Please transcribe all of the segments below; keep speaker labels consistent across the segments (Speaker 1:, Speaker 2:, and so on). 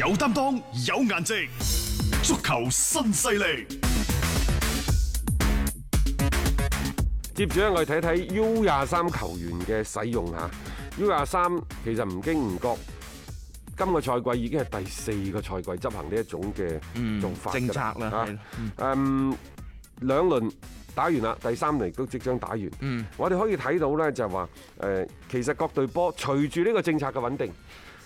Speaker 1: 有擔當，有顏值，足球新勢力。
Speaker 2: 接住咧，我哋睇睇 U 廿三球員嘅使用嚇。U 廿三其實唔經唔覺，今個賽季已經係第四個賽季執行呢一種嘅做法㗎
Speaker 3: 嗯政策啦
Speaker 2: 嚇
Speaker 3: 係
Speaker 2: 嗯，兩輪打完啦，第三輪亦都即將打完。
Speaker 3: 嗯
Speaker 2: 我哋可以睇到呢，就係話誒，其實各隊波隨住呢個政策嘅穩定。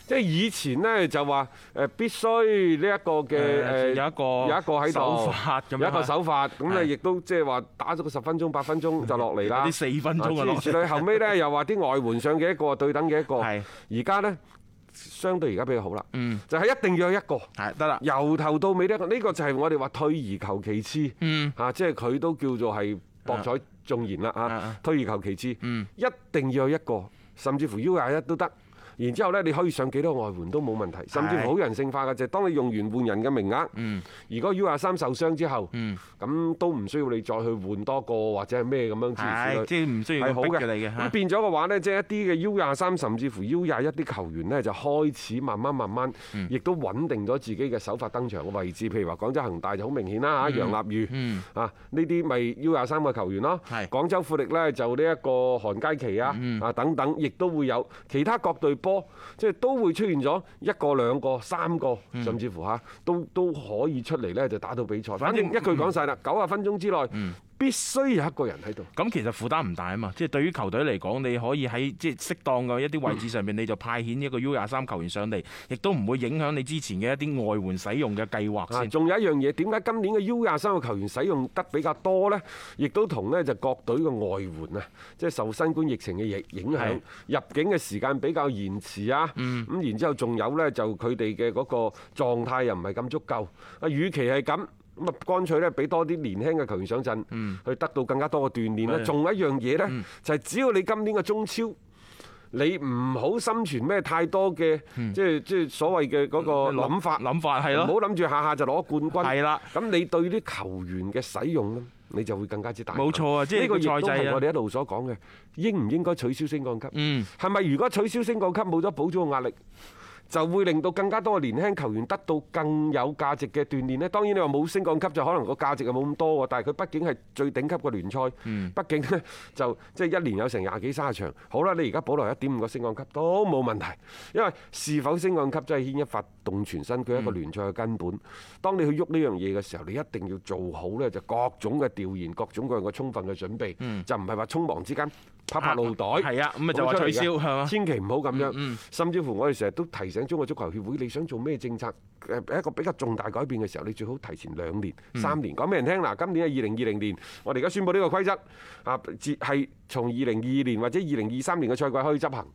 Speaker 2: 即係以前呢，就話誒必須呢一個嘅誒
Speaker 3: 誒有一個
Speaker 2: 有一個喺度
Speaker 3: 手法咁樣
Speaker 2: 有一個手法咁
Speaker 3: 係
Speaker 2: 你亦都即係話打咗個十分鐘八分鐘 就落嚟啦。
Speaker 3: 有啲四分鐘就落嚟
Speaker 2: 啊諸如此類後尾呢，又話啲外援上嘅一個對等嘅一個，
Speaker 3: 係
Speaker 2: 而家呢，相對而家比較好啦。
Speaker 3: 嗯
Speaker 2: 就係一定要有一個。
Speaker 3: 係得啦，
Speaker 2: 由頭到尾呢，呢個就係我哋話退而求其次，
Speaker 3: 嗯
Speaker 2: 啊，即係佢都叫做係博彩眾言啦
Speaker 3: 啊
Speaker 2: 啊
Speaker 3: 啊，
Speaker 2: 退而求其次，
Speaker 3: 嗯
Speaker 2: 一定要有一個，甚至乎 U 廿一都得。然之後呢，你可以上幾多外援都冇問題，甚至乎好人性化嘅就係當你用完換人嘅名額，
Speaker 3: 嗯
Speaker 2: 如果 U 廿三受傷之後，
Speaker 3: 嗯，
Speaker 2: 咁都唔需要你再去換多個或者係咩咁樣之類之類
Speaker 3: 係即係唔需要
Speaker 2: 係好
Speaker 3: 好嘅你
Speaker 2: 嘅，
Speaker 3: 嘅
Speaker 2: 咁
Speaker 3: 嚇，
Speaker 2: 變咗嘅話呢，即係一啲嘅 U 廿三甚至乎 U 廿一啲球員呢，就開始慢慢慢慢，
Speaker 3: 嗯
Speaker 2: 亦都穩定咗自己嘅首發登場嘅位置。譬如話廣州恒大就好明顯啦嚇，楊立瑜
Speaker 3: 嗯
Speaker 2: 啊呢啲咪 U 廿三嘅球員咯。
Speaker 3: 係嗯
Speaker 2: 廣州富力呢，就呢一個韓佳琪啊啊等等，亦都會有其他各隊波，即係都會出現咗一個兩個三個，
Speaker 3: 嗯
Speaker 2: 甚至乎嚇都都可以出嚟呢，就打到比賽。反
Speaker 3: 反
Speaker 2: 正
Speaker 3: 正嗯
Speaker 2: 一句講晒啦，九十分鐘之內必須有一個人喺度。
Speaker 3: 咁其實負擔唔大啊嘛，即係對於球隊嚟講，你可以喺即係適當嘅一啲位置上面，你就派遣一個 U 廿三球員上嚟，亦都唔會影響你之前嘅一啲外援使用嘅計劃
Speaker 2: 啊，
Speaker 3: 先。
Speaker 2: 仲有一樣嘢，點解今年嘅 U 廿三個球員使用得比較多呢？亦都同呢就各隊嘅外援啊，即係受新冠疫情嘅影影響
Speaker 3: 係，
Speaker 2: 入境嘅時間比較延遲啊。咁、然之後仲有呢，就佢哋嘅嗰個狀態又唔係咁足夠。啊，與其係咁。咁啊，乾脆咧俾多啲年輕嘅球員上陣，去得到更加多嘅鍛鍊啦。
Speaker 3: 係
Speaker 2: 仲有一樣嘢呢，就係只要你今年嘅中超，你唔好心存咩太多嘅，即係即係所謂嘅嗰個諗法。
Speaker 3: 諗法係
Speaker 2: 唔好
Speaker 3: 咯，
Speaker 2: 諗住下下就攞冠軍。
Speaker 3: 係啦，
Speaker 2: 咁你對啲球員嘅使用咧，你就會更加之大。
Speaker 3: 冇錯啊即係
Speaker 2: 呢個亦都
Speaker 3: 個賽制
Speaker 2: 係
Speaker 3: 啊
Speaker 2: 我哋一路所講嘅，應唔應該取消升降級？
Speaker 3: 嗯，
Speaker 2: 係咪如果取消升降級冇咗補組嘅壓力？就會令到更加多嘅年輕球員得到更有價值嘅鍛鍊咧。當然你話冇升降級就可能個價值又冇咁多喎，但係佢畢竟係最頂級嘅聯賽，畢竟呢就即係一年有成廿幾三十場。好啦，你而家保留一點五個升降級都冇問題，因為是否升降級真係牽一發動全身，佢係一個聯賽嘅根本。當你去喐呢樣嘢嘅時候，你一定要做好呢就各種嘅調研、各種各樣嘅充分嘅準備，就唔係話匆忙之間拍拍腦袋。
Speaker 3: 係啊咁啊就話取
Speaker 2: 冇
Speaker 3: 消
Speaker 2: 出嚟㗎
Speaker 3: 係嘛嗯
Speaker 2: 千祈唔好咁樣，甚至乎我哋成日都提醒中國足球協會，你想做咩政策誒一個比較重大改變嘅時候，你最好提前兩年、
Speaker 3: 嗯
Speaker 2: 三年講俾人聽嗱。今年係二零二零年，我哋而家宣布呢個規則啊，自係從二零二二年或者二零二三年嘅賽季開始執行。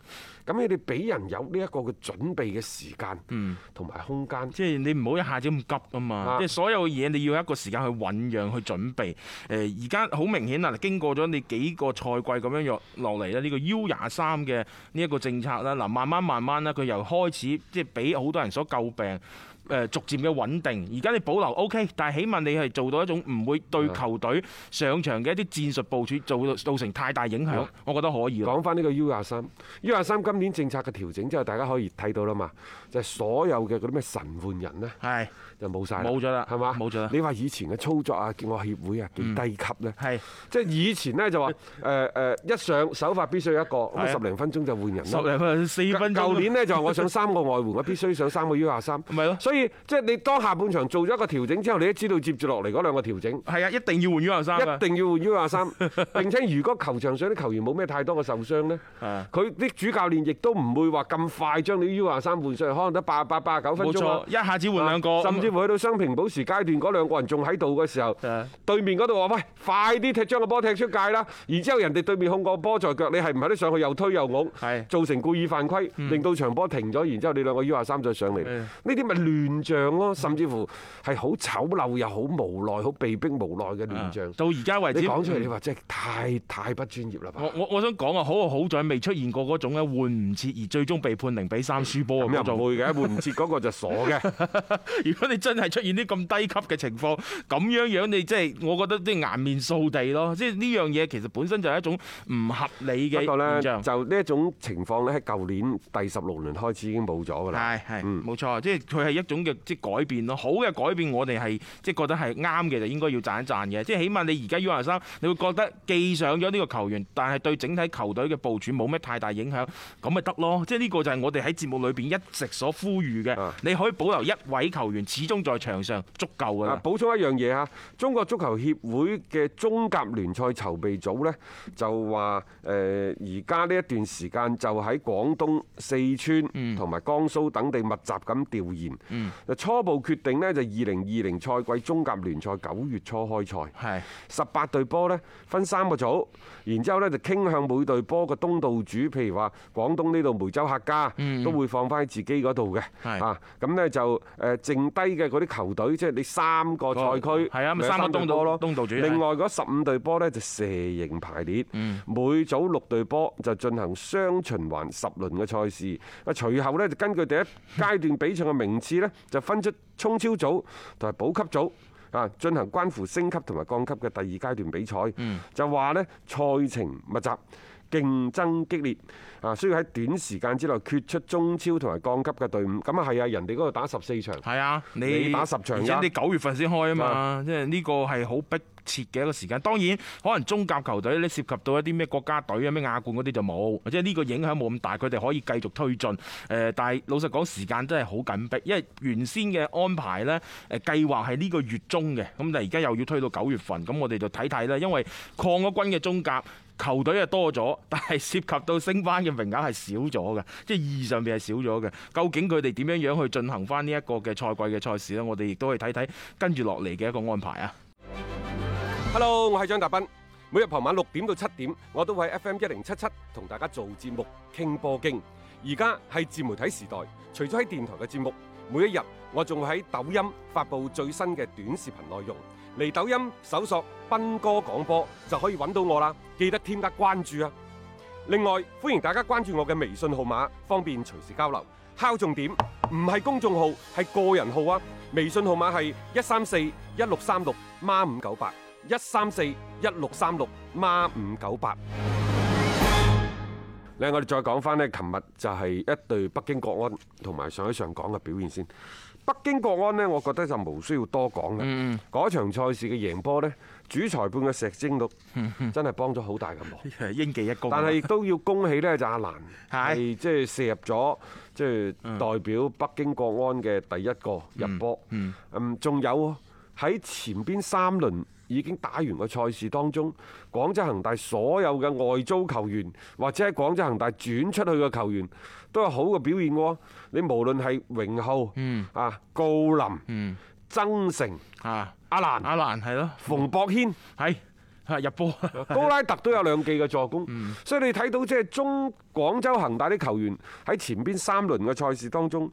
Speaker 2: 咁你哋俾人有呢一個嘅準備嘅時間，
Speaker 3: 嗯
Speaker 2: 同埋空間。
Speaker 3: 即係你唔好一下子咁急啊嘛
Speaker 2: 啊！
Speaker 3: 即係所有嘢你要有一個時間去醖釀、去準備。誒而家好明顯啦，經過咗你幾個賽季咁樣落落嚟咧，呢、個 U 廿三嘅呢一個政策啦，嗱慢慢慢慢啦，佢由開始即係俾好多人所詬病。誒逐漸嘅穩定，而家你保留 O、k 但係起碼你係做到一種唔會對
Speaker 2: 啊
Speaker 3: 球隊上場嘅一啲戰術部署做到造成太大影響，我覺得可以咯。
Speaker 2: 講翻呢個 U 廿三，U 廿三今年政策嘅調整之後，大家可以睇到啦嘛，就係所有嘅嗰啲咩神換人呢。
Speaker 3: 係
Speaker 2: 就冇晒，
Speaker 3: 冇咗啦
Speaker 2: 係嘛？
Speaker 3: 冇咗啦嗯
Speaker 2: 你話以前嘅操作啊，叫我協會啊，幾低級呢？
Speaker 3: 係
Speaker 2: 即係以前呢， 就話誒誒，一上首發必須有一個，咁啊
Speaker 3: 係啊
Speaker 2: 十零分鐘就換人
Speaker 3: 十
Speaker 2: 啦。
Speaker 3: 零分四分鐘啊
Speaker 2: 舊年呢，就話我上三個外援，我必須上三個 U 廿三。
Speaker 3: 咪咯
Speaker 2: 所以即係你當下半場做咗一個調整之後，你都知道接住落嚟嗰兩個調整。
Speaker 3: 係啊，一定要換 U 廿三啊㗎
Speaker 2: 一。定要換 U 廿 三，並且如果球場上啲球員冇咩太多嘅受傷呢，
Speaker 3: 啊
Speaker 2: 佢啲主教練亦都唔會話咁快將你 U 廿三換上去，可能得八八八九分
Speaker 3: 冇
Speaker 2: 鐘啊
Speaker 3: 錯，啊一下子換兩個，
Speaker 2: 甚至乎去到雙平保時階段嗰兩個人仲喺度嘅時候
Speaker 3: 係，
Speaker 2: 對面嗰度話：喂，快啲踢將個波踢出界啦！然之後人哋對面控個波在腳，你係唔係都上去又推又拱
Speaker 3: 係，嗯
Speaker 2: 造成故意犯規，令到場波停咗，然之後你兩個 U 廿三再上嚟，呢啲咪亂亂象咯，甚至乎係好醜陋又好無奈、好被逼無奈嘅亂嗯象。
Speaker 3: 嗯到而家為止，嗯
Speaker 2: 你講出嚟，你話真係太太不專業啦吧
Speaker 3: 我？我我想講啊，好啊好在未出現過嗰種咧換唔切而最終被判零比三輸波嘅
Speaker 2: 咁又
Speaker 3: 啊嗰
Speaker 2: 唔
Speaker 3: 種。
Speaker 2: 會嘅，換唔切嗰個就傻嘅。
Speaker 3: 如果你真係出現啲咁低級嘅情況，咁樣樣你即係我覺得即係顏面掃地咯。即係呢樣嘢其實本身就係一種唔合理嘅
Speaker 2: 不過呢，
Speaker 3: 現象。
Speaker 2: 就呢一種情況呢，喺舊年第十六輪開始已經冇咗㗎啦。
Speaker 3: 係係
Speaker 2: 嗯
Speaker 3: 冇錯，即係佢係一種嘅即係改變咯。好嘅改變，我哋係即係覺得係啱嘅，就應該要讚一讚嘅。即係起碼你而家 U 廿三，你會覺得記上咗呢個球員，但係對整體球隊嘅部署冇咩太大影響，咁咪得咯。即係呢個就係我哋喺節目裏邊一直所呼籲嘅
Speaker 2: 啊。
Speaker 3: 你可以保留一位球員始終在場上足夠㗎
Speaker 2: 啊
Speaker 3: 啦，。
Speaker 2: 補充一樣嘢啊，中國足球協會嘅中甲聯賽籌備組呢，就話誒，而家呢一段時間就喺廣東、四川
Speaker 3: 嗯
Speaker 2: 同埋江蘇等地密集咁調研。就初步決定呢，就二零二零賽季中甲聯賽九月初開賽。
Speaker 3: 係
Speaker 2: 十八隊波呢，分三個組，然之後呢，就傾向每隊波嘅東道主，譬如話廣東呢度梅州客家，都會放翻喺自己嗰度嘅。
Speaker 3: 嗯係
Speaker 2: 啊，咁呢就誒剩低嘅嗰啲球隊，即係你三個賽區，
Speaker 3: 係啊咪
Speaker 2: 咪有
Speaker 3: 三個
Speaker 2: 隊
Speaker 3: 東道
Speaker 2: 波咯
Speaker 3: 東道主
Speaker 2: 另外嗰十五隊波呢，就蛇形排列，每組六隊波就進行雙循環十輪嘅賽事。啊，隨後呢，就根據第一階段比賽嘅名次呢，就分出衝超組同埋保級組。啊，進行關乎升級同埋降級嘅第二階段比賽，就話呢賽程密集，競爭激烈，啊，需要喺短時間之內決出中超同埋降級嘅隊伍。咁啊係啊，人哋嗰度打十四場，
Speaker 3: 係啊，
Speaker 2: 你打十場
Speaker 3: 而
Speaker 2: 㗎
Speaker 3: 且你九月份先開啊嘛，即係呢個係好迫切嘅一個時間。當然，可能中甲球隊咧涉及到一啲咩國家隊啊、咩亞冠嗰啲就冇，即係呢個影響冇咁大，佢哋可以繼續推進。誒，但係老實講，時間真係好緊迫，因為原先嘅安排呢，誒計劃係呢個月中嘅，咁但係而家又要推到九月份，咁我哋就睇睇啦，因為抗咗軍嘅中甲。球隊啊多咗，但係涉及到升班嘅名額係少咗嘅，即係意義上面係少咗嘅。究竟佢哋點樣樣去進行翻呢一個嘅賽季嘅賽事呢？我哋亦都去睇睇跟住落嚟嘅一個安排啊！
Speaker 2: Hello，我係張達斌。每日傍晚六點到七點，我都會喺 FM 一零七七同大家做節目傾波經。而家係自媒體時代，除咗喺電台嘅節目，每一日我仲會喺抖音發布最新嘅短視頻內容。嚟抖音搜索斌哥廣播就可以揾到我啦，記得添加關注啊！另外，歡迎大家關注我嘅微信號碼，方便隨時交流。敲重點，唔係公眾號，係個人號啊！微信號碼係一三四一六三六孖五九八，一三四一六三六孖五九八。咧，我哋再講翻呢，琴日就係一對北京國安同埋上海上港嘅表現先。北京國安呢，我覺得就無需要多講啦。嗰、場賽事嘅贏波呢，主裁判嘅石晶六真係幫咗好大嘅忙。
Speaker 3: 英記一公，
Speaker 2: 但係亦都要恭喜呢，就阿蘭
Speaker 3: 係
Speaker 2: 係即係射入咗即係代表北京國安嘅第一個入波。嗯，仲有喺前邊三輪已經打完個賽事當中，廣州恒大所有嘅外租球員或者喺廣州恒大轉出去嘅球員都有好嘅表現喎。你無論係榮浩、啊郜林、曾誠、
Speaker 3: 啊，
Speaker 2: 阿蘭、
Speaker 3: 阿蘭係咯，
Speaker 2: 馮博軒。
Speaker 3: 係啊入波，
Speaker 2: 高拉特都有兩記嘅助攻，所以你睇到即係中廣州恒大啲球員喺前邊三輪嘅賽事當中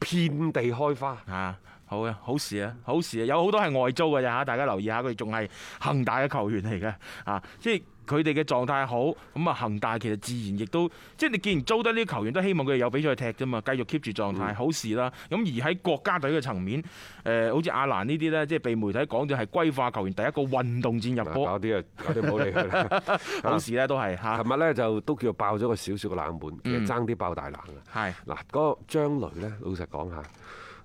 Speaker 2: 遍地開花。
Speaker 3: 啊，好啊，好事啊，好事啊！有好多係外租嘅咋嚇，大家留意下，佢哋仲係恒大嘅球員嚟嘅啊，即係佢哋嘅狀態好，咁啊恒大其實自然亦都即係你既然租得呢啲球員，都希望佢哋有比賽踢啫嘛，繼續 keep 住狀
Speaker 2: 嗯
Speaker 3: 態，好事啦。咁而喺國家隊嘅層面，誒好似阿蘭呢啲呢，即係被媒體講咗係歸化球員第一個運動戰入
Speaker 2: 嗱，
Speaker 3: 波，
Speaker 2: 搞啲啊，搞啲唔好理佢啦。
Speaker 3: 好事呢都係嚇，
Speaker 2: 琴日呢就都叫爆咗個少少嘅冷門，其實爭啲爆大冷啊。
Speaker 3: 係
Speaker 2: 嗱，嗰個張雷呢，老實講下，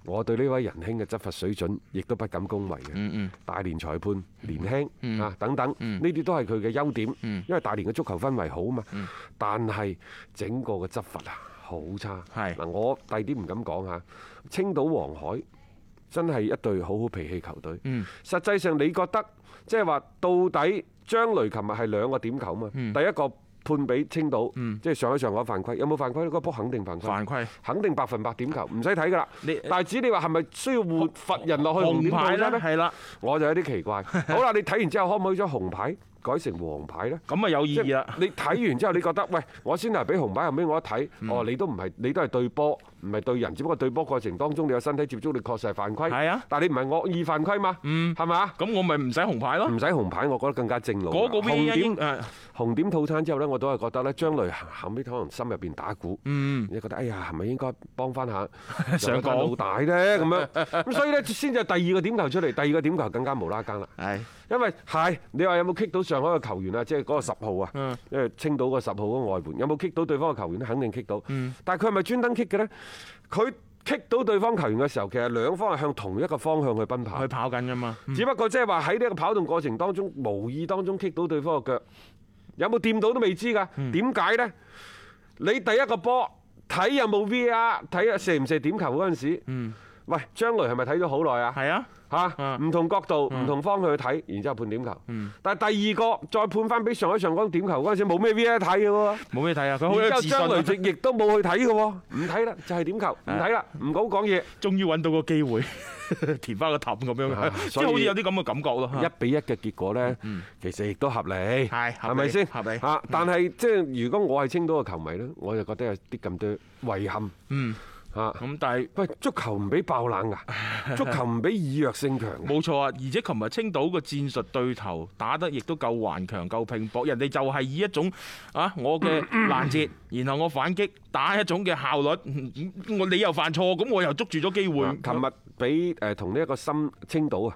Speaker 2: 我對呢位仁兄嘅執法水準亦都不敢恭維嘅。
Speaker 3: 嗯
Speaker 2: 大連裁判年輕啊等等，呢啲都係佢嘅優點，因為大連嘅足球氛圍好嘛。但係整個嘅執法啊，好差。
Speaker 3: 係
Speaker 2: 嗱，我第啲唔敢講嚇，青島黃海。真係一隊好好脾氣球隊。實際上你覺得即係話到底張雷琴日係兩個點球嘛？第一個判俾青島，即係上海上海犯規，有冇犯規咧？嗰波肯定犯規，
Speaker 3: 犯規
Speaker 2: 肯定百分百點球，唔使睇㗎啦
Speaker 3: 你。呃
Speaker 2: 但係只你話係咪需要活罰人落去紅
Speaker 3: 紅
Speaker 2: 點
Speaker 3: 牌
Speaker 2: 呢
Speaker 3: 啦，係啦，
Speaker 2: 我就有啲奇怪。好啦，你睇完之後可唔可以將紅牌改成黃牌呢？
Speaker 3: 咁啊有意
Speaker 2: 即
Speaker 3: 義
Speaker 2: 係
Speaker 3: 啦。
Speaker 2: 你睇完之後，你覺得喂，我先係俾紅牌，後尾我一睇，
Speaker 3: 嗯
Speaker 2: 哦，你都唔係，你都係對波，唔係對人，只不過對波過程當中你有身體接觸，你確實係犯規。
Speaker 3: 係啊
Speaker 2: 但係你唔係惡意犯規嘛？嗯，係嘛？
Speaker 3: 咁我咪唔使紅牌咯。
Speaker 2: 唔使紅牌，我覺得更加正路。
Speaker 3: 哦
Speaker 2: 啊
Speaker 3: 嗰個 V
Speaker 2: 嗯紅
Speaker 3: A
Speaker 2: 點
Speaker 3: 應誒
Speaker 2: 紅點套餐之後呢，我都係覺得呢，張雷後尾可能心入邊打鼓，你覺得哎呀，係咪應該幫翻下
Speaker 3: 上
Speaker 2: 港
Speaker 3: 港
Speaker 2: 老大呢？咁樣咁所以呢，先就第二個點球出嚟，第二個點球更加無啦更啦。
Speaker 3: 係
Speaker 2: 因為係你話有冇 kick 到上海嘅球員啊？即係嗰個十號啊，因為青島個十號嗰個外援有冇 kick 到對方嘅球員咧？肯定 kick 到。但係佢係咪專登 kick 嘅呢？佢 kick 到對方球員嘅時候，其實兩方係向同一個方向去奔跑
Speaker 3: 佢。跑緊㗎嘛。
Speaker 2: 只不過即係話喺呢一個跑動過程當中，無意當中棘到對方嘅腳，有冇掂到都未知㗎。點解呢？你第一個波睇有冇 VAR，睇下射唔射點球嗰陣時，喂，張雷係咪睇咗好耐啊？
Speaker 3: 係啊，
Speaker 2: 嚇，
Speaker 3: 嗯
Speaker 2: 唔同角度、唔同方向去睇，然之後判點球。但係第二個再判翻俾上海上港點球嗰陣時，冇咩 VAR 睇嘅喎。
Speaker 3: 冇咩睇啊，佢好有
Speaker 2: 然
Speaker 3: 自
Speaker 2: 之後張雷
Speaker 3: 信啊。
Speaker 2: 直亦都冇去睇嘅喎，唔睇啦，就係點球，唔睇啦，唔好講嘢。
Speaker 3: 終於揾到個機會 填翻個氹咁樣
Speaker 2: 啊
Speaker 3: 嘅，即
Speaker 2: 所以
Speaker 3: 係好似有啲咁嘅感覺咯。
Speaker 2: 一比一嘅結果呢，其實亦都合理，
Speaker 3: 啊嗯係合理
Speaker 2: 係咪先？
Speaker 3: 合理
Speaker 2: 嚇！但係即係如果我係青島嘅球迷呢，我就覺得有啲咁多遺憾。
Speaker 3: 嗯
Speaker 2: 嚇！
Speaker 3: 咁但係
Speaker 2: 喂，足球唔俾爆冷 㗎，足球唔俾以弱勝強㗎。
Speaker 3: 冇錯啊，而且琴日青島個戰術對頭打得亦都夠頑強、夠拼搏，人哋就係以一種啊我 嘅攔截，然後我反擊，打一種嘅效率。嗯我你又犯錯，咁我又捉住咗機會
Speaker 2: 啊。琴日俾誒同呢一個深青島啊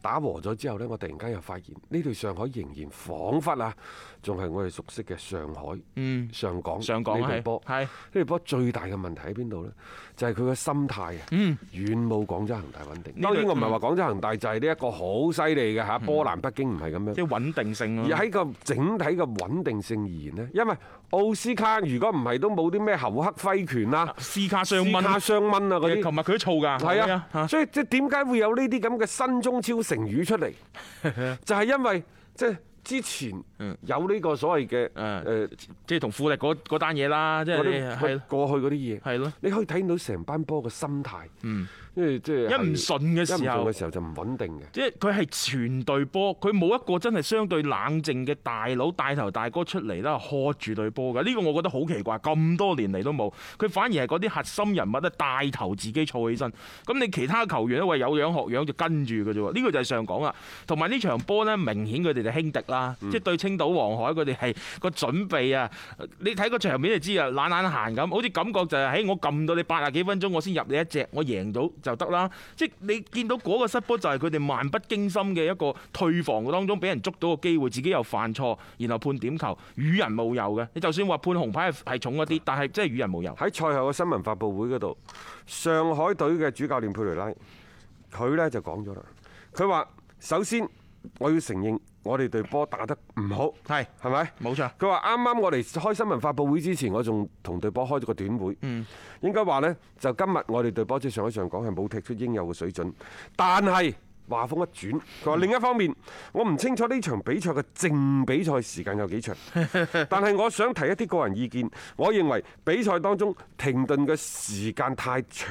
Speaker 2: 打和咗之後呢，我突然間又發現呢隊上海仍然彷彿啊，仲係我哋熟悉嘅上海、
Speaker 3: 嗯
Speaker 2: 上港、
Speaker 3: 上港
Speaker 2: 呢隊
Speaker 3: 係
Speaker 2: 波。
Speaker 3: 係
Speaker 2: 呢隊波最大嘅問題喺邊度呢？就係佢嘅心態啊，遠冇廣州恒大穩定。
Speaker 3: 嗯呢個嗯
Speaker 2: 當然我唔係話廣州恒大就係呢一個好犀利嘅嚇，波蘭、北京唔係咁
Speaker 3: 即
Speaker 2: 樣。
Speaker 3: 係穩定性啊
Speaker 2: 而
Speaker 3: 咯。
Speaker 2: 喺個整體嘅穩定性而言呢，因為奧斯卡如果唔係都冇啲咩侯克揮拳啦、
Speaker 3: 斯卡啊上蚊，
Speaker 2: 斯卡
Speaker 3: 其
Speaker 2: 雙蚊啊嗰
Speaker 3: 實琴
Speaker 2: 啲。
Speaker 3: 日佢都燥㗎。
Speaker 2: 係
Speaker 3: 係
Speaker 2: 啊，所以即係點解會有呢啲咁嘅新中超成語出 嚟？就係因為即係之前有呢個所謂嘅呃
Speaker 3: 嗯
Speaker 2: 誒
Speaker 3: 即係同富力嗰嗰單嘢啦，即
Speaker 2: 嗰
Speaker 3: 係你
Speaker 2: 啲
Speaker 3: 係
Speaker 2: 過去嗰啲嘢，
Speaker 3: 係咯，嗯
Speaker 2: 你可以睇到成班波嘅心態，因為即係
Speaker 3: 一唔順嘅時
Speaker 2: 一唔順
Speaker 3: 候
Speaker 2: 嘅。時候就唔穩定嘅。
Speaker 3: 即係佢係全隊波，佢冇一個真係相對冷靜嘅大佬帶頭大哥出嚟啦，喝住隊波㗎。呢個我覺得好奇怪，咁多年嚟都冇。佢反而係嗰啲核心人物咧帶頭自己坐起身。咁你其他球員咧，喂有樣學樣就跟住㗎啫喎。呢個就係上講啦。同埋呢場波咧，明顯佢哋就輕敵啦，即係對青島黃海佢哋係個準備啊。你睇個場面就知啊，懶懶閒咁，好似感覺就係、哎喺我撳到你八十幾分鐘，我先入你一隻，我贏到就得啦。即係你見到嗰個失波就係佢哋漫不經心嘅一個退防當中，俾人捉到個機會，自己又犯錯，然後判點球，與人無尤嘅。你就算話判紅牌係係重一啲，但係真係與人無尤。
Speaker 2: 喺賽後嘅新聞發佈會嗰度，上海隊嘅主教練佩雷拉，佢呢就講咗啦，佢話首先我要承認我哋隊波打得唔好，
Speaker 3: 係
Speaker 2: 係咪？
Speaker 3: 冇錯，
Speaker 2: 佢話啱啱我哋開新聞發佈會之前，我仲同隊波開咗個短會。嗯，應該話呢，就今日我哋隊波即係上海上港係冇踢出應有嘅水準，但係話風一轉，佢話另一方面，我唔清楚呢場比賽嘅正比賽時間有幾長，但係我想提一啲個人意見，我認為比賽當中停頓嘅時間太長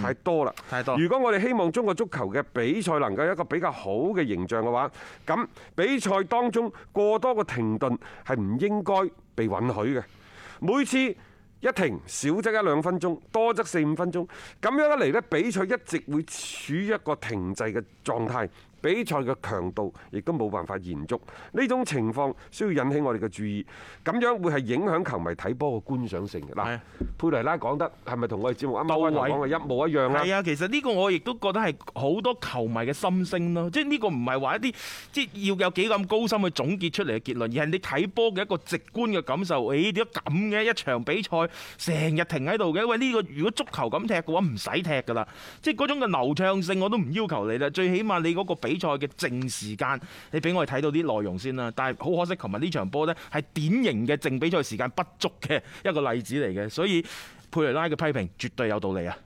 Speaker 2: 太多啦，
Speaker 3: 太多
Speaker 2: 如果我哋希望中國足球嘅比賽能夠有一個比較好嘅形象嘅話，咁比賽當中過多個停頓係唔應該被允許嘅。每次一停少則一兩分鐘，多則四五分鐘，咁樣一嚟呢，比賽一直會處於一個停滯嘅狀態。比賽嘅強度亦都冇辦法延續，呢種情況需要引起我哋嘅注意，咁樣會係影響球迷睇波嘅觀賞性嘅。
Speaker 3: 係
Speaker 2: 嗱
Speaker 3: 啊，
Speaker 2: 佩雷拉講得係咪同我哋節目啱啱
Speaker 3: 到
Speaker 2: 開頭講嘅
Speaker 3: 位
Speaker 2: 一模一樣啊？
Speaker 3: 係啊，其實呢個我亦都覺得係好多球迷嘅心聲咯，即係呢個唔係話一啲即係要有幾咁高深去總結出嚟嘅結論，而係你睇波嘅一個直觀嘅感受。誒點解咁嘅一場比賽成日停喺度嘅？喂，呢個如果足球咁踢嘅話，唔使踢㗎啦，即係嗰種嘅流暢性我都唔要求你啦，最起碼你嗰個比賽嘅靜時間，你俾我哋睇到啲內容先啦。但係好可惜，琴日呢場波呢係典型嘅靜比賽時間不足嘅一個例子嚟嘅，所以佩雷拉嘅批評絕對有道理啊！